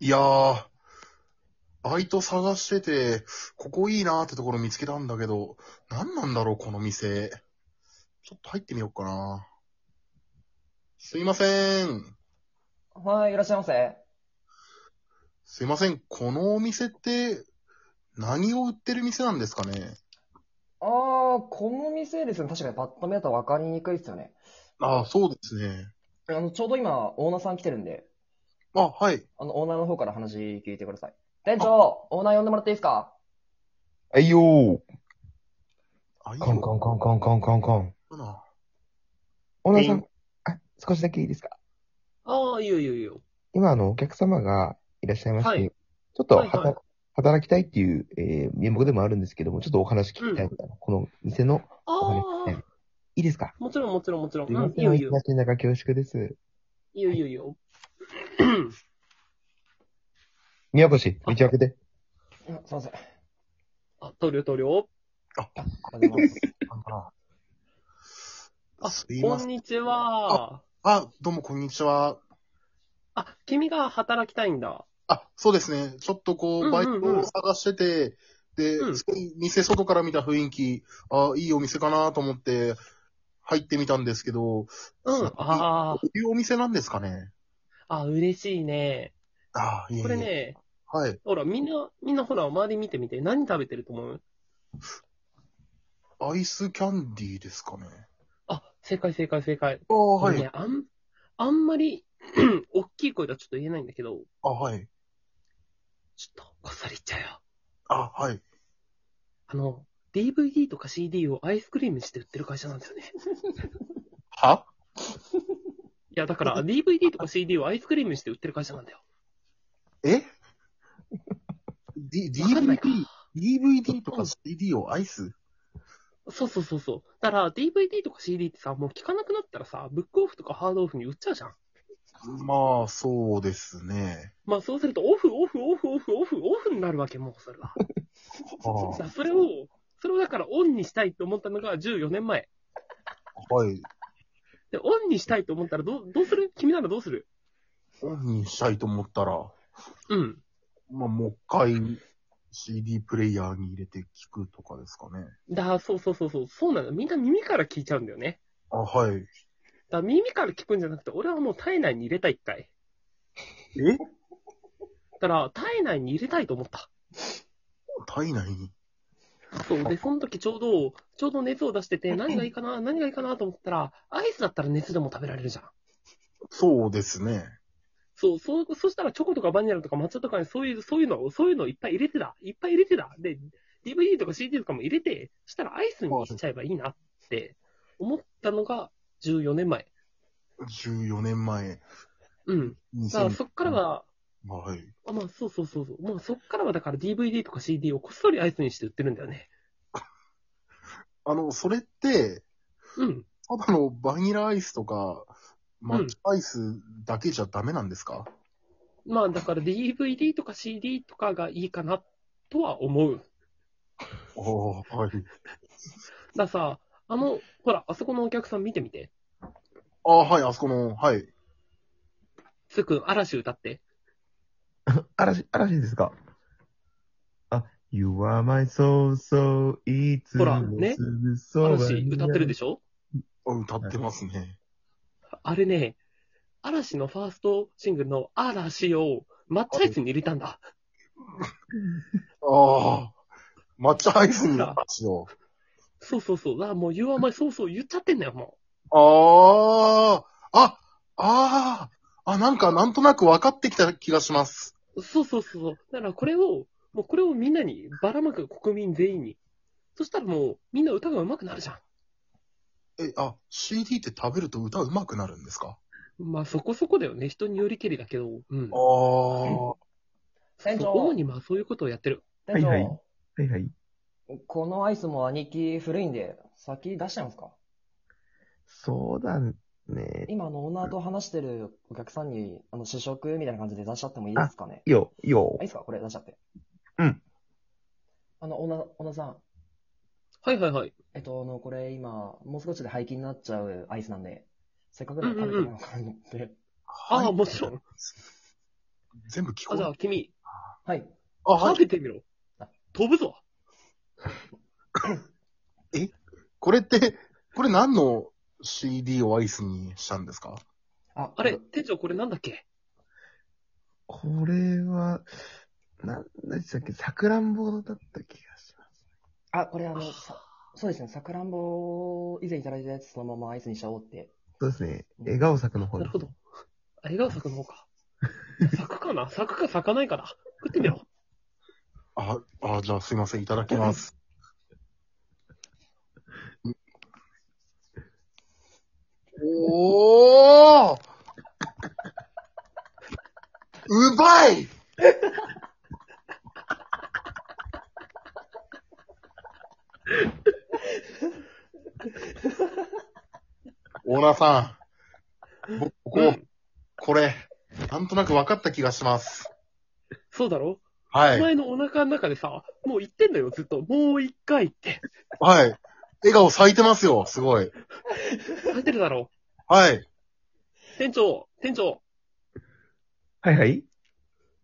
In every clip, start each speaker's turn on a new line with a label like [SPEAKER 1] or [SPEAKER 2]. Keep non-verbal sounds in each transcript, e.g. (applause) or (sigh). [SPEAKER 1] いやー、バイト探してて、ここいいなーってところ見つけたんだけど、何なんだろう、この店。ちょっと入ってみようかな。すいません。
[SPEAKER 2] はい、いらっしゃいませ。
[SPEAKER 1] すいません。このお店って、何を売ってる店なんですかね
[SPEAKER 2] あー、この店ですね。確かにパッと見だと分かりにくいですよね。
[SPEAKER 1] ああ、そうですね。
[SPEAKER 2] あの、ちょうど今、オーナーさん来てるんで、
[SPEAKER 1] あ、はい。
[SPEAKER 2] あの、オーナーの方から話聞いてください。店長、オーナー呼んでもらっていいですか
[SPEAKER 3] はいよー。
[SPEAKER 1] あ、いい
[SPEAKER 3] カンカンカンカンカンカンカン。
[SPEAKER 1] かな。
[SPEAKER 3] オーナーさ
[SPEAKER 1] えい
[SPEAKER 3] ん、あ、少しだけいいですか
[SPEAKER 4] ああ、いいよいいよいいよ。
[SPEAKER 3] 今、あの、お客様がいらっしゃいまして、
[SPEAKER 4] はい
[SPEAKER 3] ちょっと
[SPEAKER 4] はい
[SPEAKER 3] 働、
[SPEAKER 4] はい
[SPEAKER 3] 働きたいっていう、えー、名目でもあるんですけども、ちょっとお話聞きたいみたいな、この店のお話聞き
[SPEAKER 4] あ
[SPEAKER 3] たい。
[SPEAKER 4] あ
[SPEAKER 3] い、いですか
[SPEAKER 4] もちろんもちろんもちろん。
[SPEAKER 3] すいうま
[SPEAKER 4] ん、い
[SPEAKER 3] せ
[SPEAKER 4] い
[SPEAKER 3] ん、
[SPEAKER 4] よ
[SPEAKER 3] お
[SPEAKER 4] いいよ。
[SPEAKER 3] 忙しい中恐縮です。
[SPEAKER 4] いいよいいよいいよ。
[SPEAKER 3] 宮越、道開けて。
[SPEAKER 2] うんすいません。
[SPEAKER 4] あ、投了投了。
[SPEAKER 2] お (laughs) はようございます。
[SPEAKER 1] あ
[SPEAKER 4] あ
[SPEAKER 1] すい
[SPEAKER 4] こ
[SPEAKER 1] ませ
[SPEAKER 4] ん
[SPEAKER 1] ん。
[SPEAKER 4] にちは。
[SPEAKER 1] あ、どうもこんにちは。
[SPEAKER 4] あ、君が働きたいんだ。
[SPEAKER 1] あ、そうですね。ちょっとこ
[SPEAKER 4] うん
[SPEAKER 1] う、
[SPEAKER 4] うん
[SPEAKER 1] バイ
[SPEAKER 4] うん
[SPEAKER 1] トを探してて、で、
[SPEAKER 4] うん
[SPEAKER 1] すごい店外から見た雰囲気、あいいお店かなと思って入ってみたんですけど、
[SPEAKER 4] うん。あ
[SPEAKER 1] こういうお店なんですかね
[SPEAKER 4] あ、あ嬉しいね。
[SPEAKER 1] あいえいえ
[SPEAKER 4] これ。ね、
[SPEAKER 1] はい。
[SPEAKER 4] ほら、みんな、みんなほら、周り見てみて、何食べてると思う
[SPEAKER 1] アイスキャンディーですかね。
[SPEAKER 4] あ、正解正解正解。
[SPEAKER 1] ああ、
[SPEAKER 4] こ
[SPEAKER 1] は
[SPEAKER 4] れ
[SPEAKER 1] い。
[SPEAKER 4] ね、あん、あんまり、 (clears throat) 大きい声ではちょっと言えないんだけど、
[SPEAKER 1] あ、はい。
[SPEAKER 4] ちょっと、こっそり言っちゃうよ。
[SPEAKER 1] あ、はい。
[SPEAKER 4] あの、DVD とか CD をアイスクリームにして売ってる会社なんだよね。
[SPEAKER 1] はい
[SPEAKER 4] や、だから DVD とか CD をアイスクリームにして売ってる会社なんだよ。
[SPEAKER 1] え ?D、
[SPEAKER 4] わかんない
[SPEAKER 1] DVD
[SPEAKER 4] か、
[SPEAKER 1] DVD とか CD をアイス
[SPEAKER 4] そうそうそうそう。だから DVD とか CD ってさ、もう聞かなくなったらさ、ブックオフとかハードオフに売っちゃうじゃん。
[SPEAKER 1] まあ、そうですね。
[SPEAKER 4] まあそうすると、オフ、オフ、オフ、オフ、オフ、オフになるわけ、もうそれは。
[SPEAKER 1] ああ、
[SPEAKER 4] だからそれを、それをだからオンにしたいと思ったのが14年前。
[SPEAKER 1] はい。
[SPEAKER 4] で、オンにしたいと思ったらどう、どうする君ならどうする
[SPEAKER 1] オンにしたいと思ったら。
[SPEAKER 4] うん。
[SPEAKER 1] まあ、もう一回 CD プレイヤーに入れて聞くとかですかね。
[SPEAKER 4] だ、そうそうそうそう、そうなの。みんな耳から聞いちゃうんだよね。
[SPEAKER 1] あ、はい。
[SPEAKER 4] だから耳から聞くんじゃなくて、俺はもう体内に入れたい、一回。
[SPEAKER 1] え
[SPEAKER 4] だから、体内に入れたいと思った。
[SPEAKER 1] 体内に。
[SPEAKER 4] そう。で、その時ちょうど、ちょうど熱を出してて、何がいいかな、何がいいかなと思ったら、アイスだったら熱でも食べられるじゃん。
[SPEAKER 1] そうですね。
[SPEAKER 4] そう、そう、そしたらチョコとかバニラとか抹茶とかね、そういう、そういうのを、そういうのをいっぱい入れてた。いっぱい入れてた。で、DVD とか CD とかも入れて、したらアイスにしちゃえばいいなって思ったのが14年前。
[SPEAKER 1] 14年前。
[SPEAKER 4] うん。だからそっからは、
[SPEAKER 1] はい。
[SPEAKER 4] あまあそうそうそうそう。まあそっからはだから DVD とか CD をこっそりアイスにして売ってるんだよね。
[SPEAKER 1] あの、それって、
[SPEAKER 4] うん。
[SPEAKER 1] ただのバニラアイスとか、抹茶アイスだけじゃダメなんですか、
[SPEAKER 4] まあだから DVD とか CD とかがいいかなとは思う。
[SPEAKER 1] ああ、はい。
[SPEAKER 4] ださ、あの、ほら、あそこのお客さん見てみて。
[SPEAKER 1] ああ、はい、あそこの、はい。
[SPEAKER 4] つーくん、嵐歌って。
[SPEAKER 3] 嵐、嵐ですかあ、You are my soul, so いつ
[SPEAKER 4] ほらね
[SPEAKER 3] すぐそばに
[SPEAKER 4] 嵐歌ってるでしょ
[SPEAKER 1] あ歌ってますね。
[SPEAKER 4] あれね、嵐のファーストシングルの嵐を抹茶アイスに入れたんだ。
[SPEAKER 1] ああ、抹茶アイスになったんですよ。
[SPEAKER 4] そうそうそう。だからもう You are my そうそう言っちゃってんだよ、も
[SPEAKER 1] ああ、あ、ああ、あ、なんかなんとなく分かってきた気がします。
[SPEAKER 4] う。そうそうそう。だからこれを、もうこれをみんなにばらまく国民全員に。そしたらもうみんな歌が上手くなるじゃん。
[SPEAKER 1] え、あ、CD って食べると歌うまくなるんですか
[SPEAKER 4] まあそこそこだよね。人によりけりだけど。うん
[SPEAKER 1] あ。あ、
[SPEAKER 2] 店
[SPEAKER 4] そう主
[SPEAKER 2] 長、
[SPEAKER 4] にまあそういうことをやってる。
[SPEAKER 2] 店
[SPEAKER 3] はいは
[SPEAKER 2] 長、
[SPEAKER 3] はいはい。
[SPEAKER 2] このアイスも兄貴古いんで、先出しちゃいますか
[SPEAKER 3] そうだね。
[SPEAKER 2] 今、あの、オーナーと話してるお客さんに、あの、試食みたいな感じで出しちゃってもいいですかね
[SPEAKER 3] いいよ、いいよ
[SPEAKER 2] あ、いい。ですかこれ出しちゃって。
[SPEAKER 3] うん。
[SPEAKER 2] あの、オーナー、オーナーさん。
[SPEAKER 4] はいはいはい。
[SPEAKER 2] えっと、あの、これ今、もう少しで廃棄になっちゃうアイスなんで、せっかくなら食べてみようかなと思って。
[SPEAKER 4] ああ、もちろん。
[SPEAKER 1] 全部聞こ
[SPEAKER 4] あ、じゃあ
[SPEAKER 1] え
[SPEAKER 4] 君、
[SPEAKER 2] はい。
[SPEAKER 1] あ、は
[SPEAKER 4] か
[SPEAKER 1] い。
[SPEAKER 4] けてみろ。飛ぶぞ。
[SPEAKER 1] これって、これ何の CD をアイスにしたんですか
[SPEAKER 2] あ、
[SPEAKER 4] あれ、店長これなんだっけ
[SPEAKER 3] これは、なんでしたっけ、さくらんぼだった気がします。
[SPEAKER 2] あ、これあの、さそうですね、さくらんぼ以前いただいたやつそのままアイスにしちゃおうって。
[SPEAKER 3] そうですね。笑顔作の方
[SPEAKER 4] な
[SPEAKER 3] です
[SPEAKER 4] るほど。あ、笑顔咲くの方か。咲くかな咲くか咲かないかな食ってみろ。
[SPEAKER 1] あ、あ、じゃあすいません、いただきます。おーうまいオーナーさん、僕、ここ、
[SPEAKER 4] うん
[SPEAKER 1] これ、なんとなく分かった気がします。
[SPEAKER 4] そうだろ、
[SPEAKER 1] は
[SPEAKER 4] お
[SPEAKER 1] い。
[SPEAKER 4] 前のお腹の中でさ、もう言ってんだよ、ずっと。もう一回って。
[SPEAKER 1] はい。笑顔咲いてますよ、すごい。
[SPEAKER 4] 入ってるだろ
[SPEAKER 1] はい。
[SPEAKER 4] 店長、店長、
[SPEAKER 3] はいはい。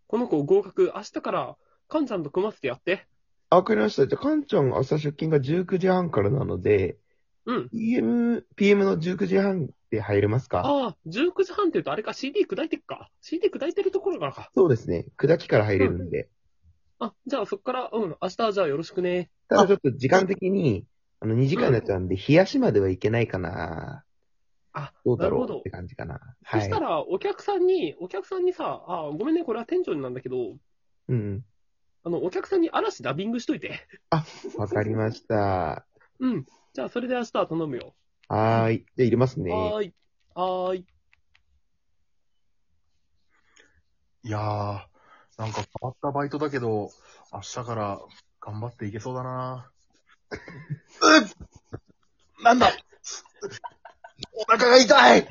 [SPEAKER 4] この子合格、明日から、カンちゃんと組ませてやって。
[SPEAKER 3] あわかりました。じゃあ、かんちゃんが朝出勤が19時半からなので、
[SPEAKER 4] うん。
[SPEAKER 3] PM、PM の19時半で入れますか
[SPEAKER 4] ああ、19時半って言うとあれか、CD 砕いてっか。CD 砕いてるところからか。
[SPEAKER 3] そうですね。砕きから入れるんで。
[SPEAKER 4] あ、じゃあそっから、うん、明日じゃあよろしくね。
[SPEAKER 3] ただちょっと時間的に、あの、2時間になっちゃうんで、冷やしまではいけないかな。
[SPEAKER 4] あ、
[SPEAKER 3] どうだろ
[SPEAKER 4] なるほ
[SPEAKER 3] う
[SPEAKER 4] ど
[SPEAKER 3] って感じかな。
[SPEAKER 4] そ
[SPEAKER 3] は
[SPEAKER 4] し
[SPEAKER 3] い
[SPEAKER 4] た。ら、お客さんに、お客さんにさ、あ、ごめんね、これは店長になんだけど、
[SPEAKER 3] うん。
[SPEAKER 4] あの、お客さんに嵐ダビングしといて。 (laughs)
[SPEAKER 3] わかりました。
[SPEAKER 4] うん。じゃあ、それで明日は頼むよ。
[SPEAKER 3] はーい。じゃあ、入れますね。
[SPEAKER 4] はーい。はーい。
[SPEAKER 1] いやー、なんか変わったバイトだけど、明日から頑張っていけそうだなうっなんだお腹が痛いうっ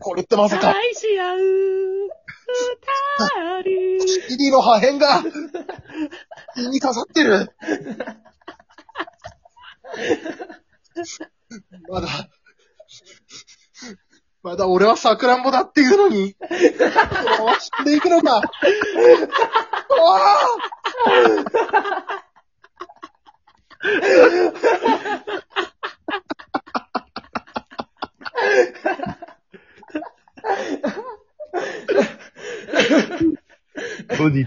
[SPEAKER 1] これってまさか
[SPEAKER 4] 愛し合う、二人。
[SPEAKER 1] CD の破片が胃に刺さってるまだ、まだ俺はサクランボだっていうのに、このまま死んでいくのか。ああ
[SPEAKER 3] 後日。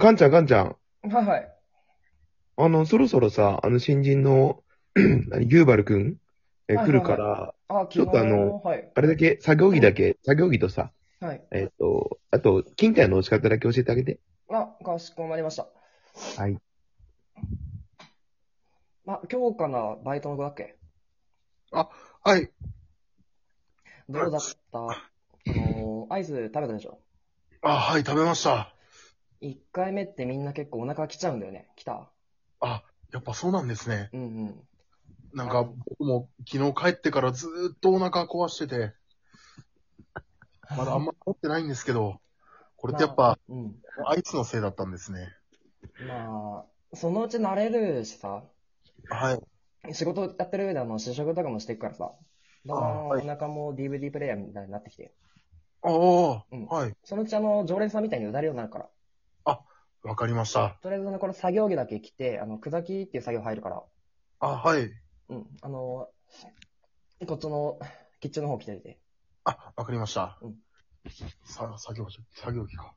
[SPEAKER 3] かんちゃん、かんちゃん。
[SPEAKER 2] はいはい。
[SPEAKER 3] あの、そろそろさ、あの、新人の、 (clears throat) 何ユーバルくんえ
[SPEAKER 2] はいはい
[SPEAKER 3] 来
[SPEAKER 2] はい
[SPEAKER 3] るから、
[SPEAKER 2] あ、
[SPEAKER 3] ちょっとあの
[SPEAKER 2] 昨日はい。
[SPEAKER 3] あれだけ、作業着だけ、作業着とさ、
[SPEAKER 2] はい。
[SPEAKER 3] えっ、と、あと、金体の押し方だけ教えてあげて。
[SPEAKER 2] あ、かしこまりました。
[SPEAKER 3] はい。
[SPEAKER 2] ま、今日からバイトの子だっけ
[SPEAKER 1] はい。
[SPEAKER 2] どうだったあのー、アイス食べたでしょ
[SPEAKER 1] あ、はい、食べました。
[SPEAKER 2] 一回目ってみんな結構お腹来ちゃうんだよね。来た
[SPEAKER 1] あ、やっぱそうなんですね。
[SPEAKER 2] うんうん。
[SPEAKER 1] なんか、僕も昨日帰ってからずーっとお腹壊してて、まだあんま持ってないんですけど、これってやっぱ、
[SPEAKER 2] うん。
[SPEAKER 1] あいつのせいだったんですね。
[SPEAKER 2] まあ、そのうち慣れるしさ、
[SPEAKER 1] はい。
[SPEAKER 2] 仕事やってる上であの、試食とかもしていくからさ、だんだん
[SPEAKER 1] あ
[SPEAKER 2] お
[SPEAKER 1] はい
[SPEAKER 2] 腹も DVD プレイヤーみたいになってきて、
[SPEAKER 1] あ
[SPEAKER 2] うん
[SPEAKER 1] あ、はい。
[SPEAKER 2] そのうちあの、常連さんみたいにうだるようになるから、
[SPEAKER 1] わかりました。
[SPEAKER 2] とりあえずあの、この作業着だけ着て、あの、砕きっていう作業入るから、
[SPEAKER 1] あ、はい。
[SPEAKER 2] うん、あの、こっちの、キッチンの方着てて。
[SPEAKER 1] あ、わかりました。
[SPEAKER 2] うん
[SPEAKER 1] さ、作業、作業着か。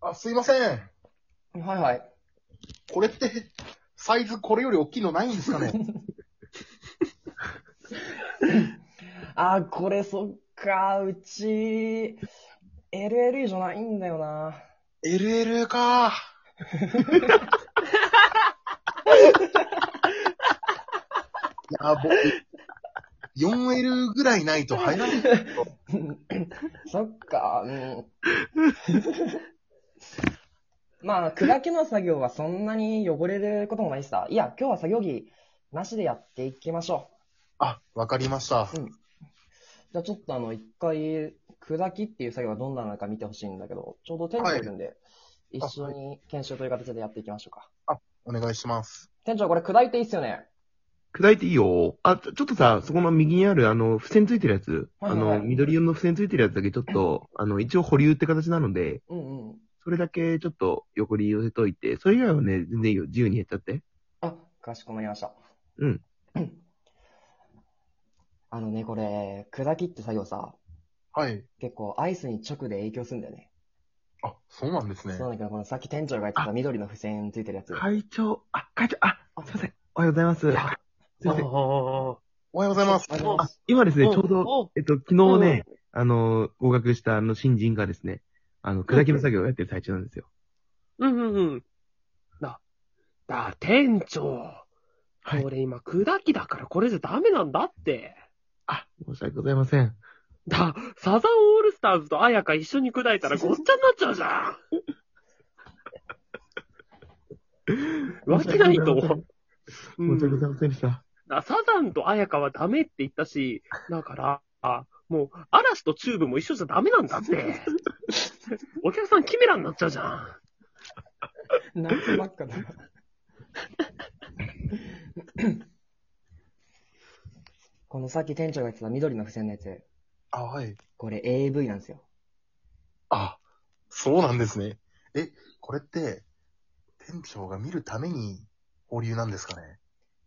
[SPEAKER 1] あ、すいません。
[SPEAKER 2] はいはい。
[SPEAKER 1] これって、サイズこれより大きいのないんですか (laughs) ね
[SPEAKER 2] あー、これそっか、うち、LLE じゃないんだよな。
[SPEAKER 1] ?LL か。 (laughs) いや、僕、4L ぐらいないと入らない。
[SPEAKER 2] そっか、うん。 (laughs) まあ、砕きの作業はそんなに汚れることもないしさ。いや、今日は作業着なしでやっていきましょ
[SPEAKER 1] あ、わかりました。
[SPEAKER 2] う。じゃあちょっとあの、一回、砕きっていう作業がどんなのか見てほしいんだけど、ちょうど店長いるんで、一緒に研修という形でやっていきましょうか。
[SPEAKER 1] お願いします。
[SPEAKER 2] 店長、これ砕いていいっすよね
[SPEAKER 3] 砕いていいよ。あ、ちょちょっとさ、そこの右にある、あの、付箋ついてるやつ。
[SPEAKER 2] はい
[SPEAKER 3] あ
[SPEAKER 2] はいはい
[SPEAKER 3] の、緑色の付箋ついてるやつだけちょっと、あの、一応保留って形なので、
[SPEAKER 2] うんうん。
[SPEAKER 3] それだけちょっと横に寄せといて、それ以外はね、全然いいよ。自由にやっちゃって。
[SPEAKER 2] あ、かしこまりました。
[SPEAKER 3] うん。
[SPEAKER 2] あのね、これ、砕きって作業さ、
[SPEAKER 1] はい。
[SPEAKER 2] 結構アイスに直で影響するんだよね。
[SPEAKER 1] あ、そうなんですね
[SPEAKER 2] そう。なんだけど、このさっき店長が言ってた緑の付箋ついてるやつ。
[SPEAKER 3] 会長、あ、会長、あ、
[SPEAKER 2] あ
[SPEAKER 3] すいません。おはようございます。あすい
[SPEAKER 4] あ
[SPEAKER 3] ません。
[SPEAKER 4] あ。
[SPEAKER 1] おはようございます。
[SPEAKER 2] ありがとうございます
[SPEAKER 3] 今ですね、ちょうど、
[SPEAKER 4] ど、
[SPEAKER 3] えっと、昨日ね、あの、合格したあの新人がですね、あの、砕きの作業をやってる最中なんですよ。
[SPEAKER 4] うんうんうん。だ、だ、店長。
[SPEAKER 3] はい
[SPEAKER 4] これ今、砕きだからこれじゃダメなんだって。
[SPEAKER 3] あ、申し訳ございません。
[SPEAKER 4] だ、サザンオールスターズと綾香一緒に砕いたらごっちゃになっちゃうじゃ
[SPEAKER 3] (laughs)
[SPEAKER 4] ん。わけないと思う。う
[SPEAKER 3] 申し訳ご
[SPEAKER 4] ん
[SPEAKER 3] ざいませんでした。
[SPEAKER 4] だサザンと綾香はダメって言ったし、だから、あもう、嵐とチューブも一緒じゃダメなん
[SPEAKER 3] (laughs)
[SPEAKER 4] だって。お客さんキメラになっちゃうじゃん。
[SPEAKER 2] 夏ばっかだ。 (laughs) このさっき店長が言ってた緑の付箋のやつ、
[SPEAKER 1] あ、はい。
[SPEAKER 2] これ AV なんですよ。
[SPEAKER 1] あ、そうなんですね。え、これって、店長が見るために保留なんですかね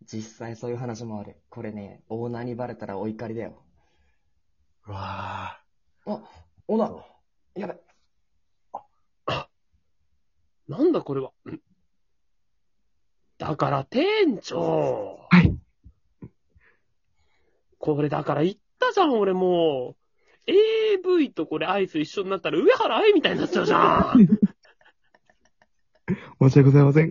[SPEAKER 2] 実際そういう話もある。これね、オーナーにバレたらお怒りだよ。
[SPEAKER 1] うわ
[SPEAKER 2] オーナーやべ、
[SPEAKER 4] なんだこれは。んだから店長。
[SPEAKER 3] はい。
[SPEAKER 4] これだから言ったじゃん、俺もう。AV とこれアイス一緒になったら上原愛みたいになっちゃうじゃん。
[SPEAKER 3] 申し訳ございません。